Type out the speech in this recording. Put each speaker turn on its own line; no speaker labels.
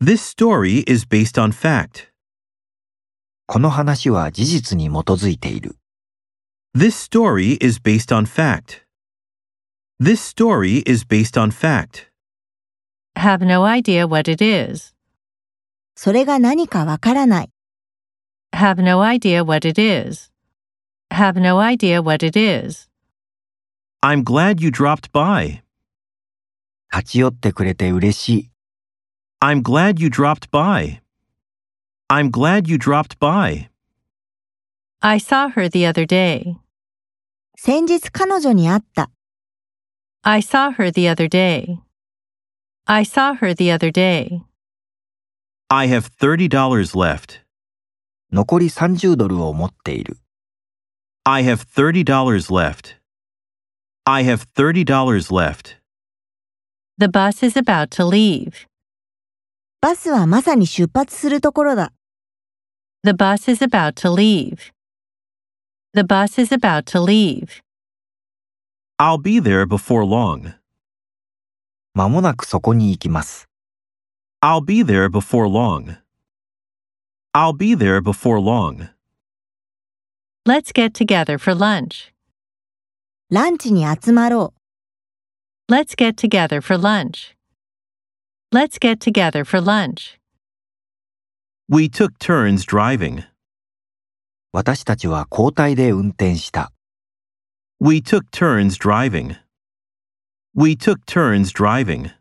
This story is based on fact.
この話は事実に基づいている。
This story is based on fact. This story is based on fact.
have no idea what it is,
それが何かわからない。
have no idea what it is, have no idea what it is.
I'm glad you dropped by.
立ち寄ってくれて嬉しい。
I'm glad you dropped by. I'm glad you dropped by.
I saw her the other day.
先日彼女に会った。
I saw her the other day. I saw her the other day.
I have $30 left.
残り30ドルを持っている。
I have $30 left. I have $30 left.
The bus is about to leave.
バスはまさに出発するところだ。
The bus is about to leave. The bus is about to leave.
I'll be there before long.
間もなくそこに行きます。
I'll be there before long. I'll be there before long.
Let's get together for lunch.
ランチに集まろ
Let's get together for lunch. Let's get together for lunch.
We took turns driving.
私たちは交代で運転した。
We took turns driving. We took turns driving.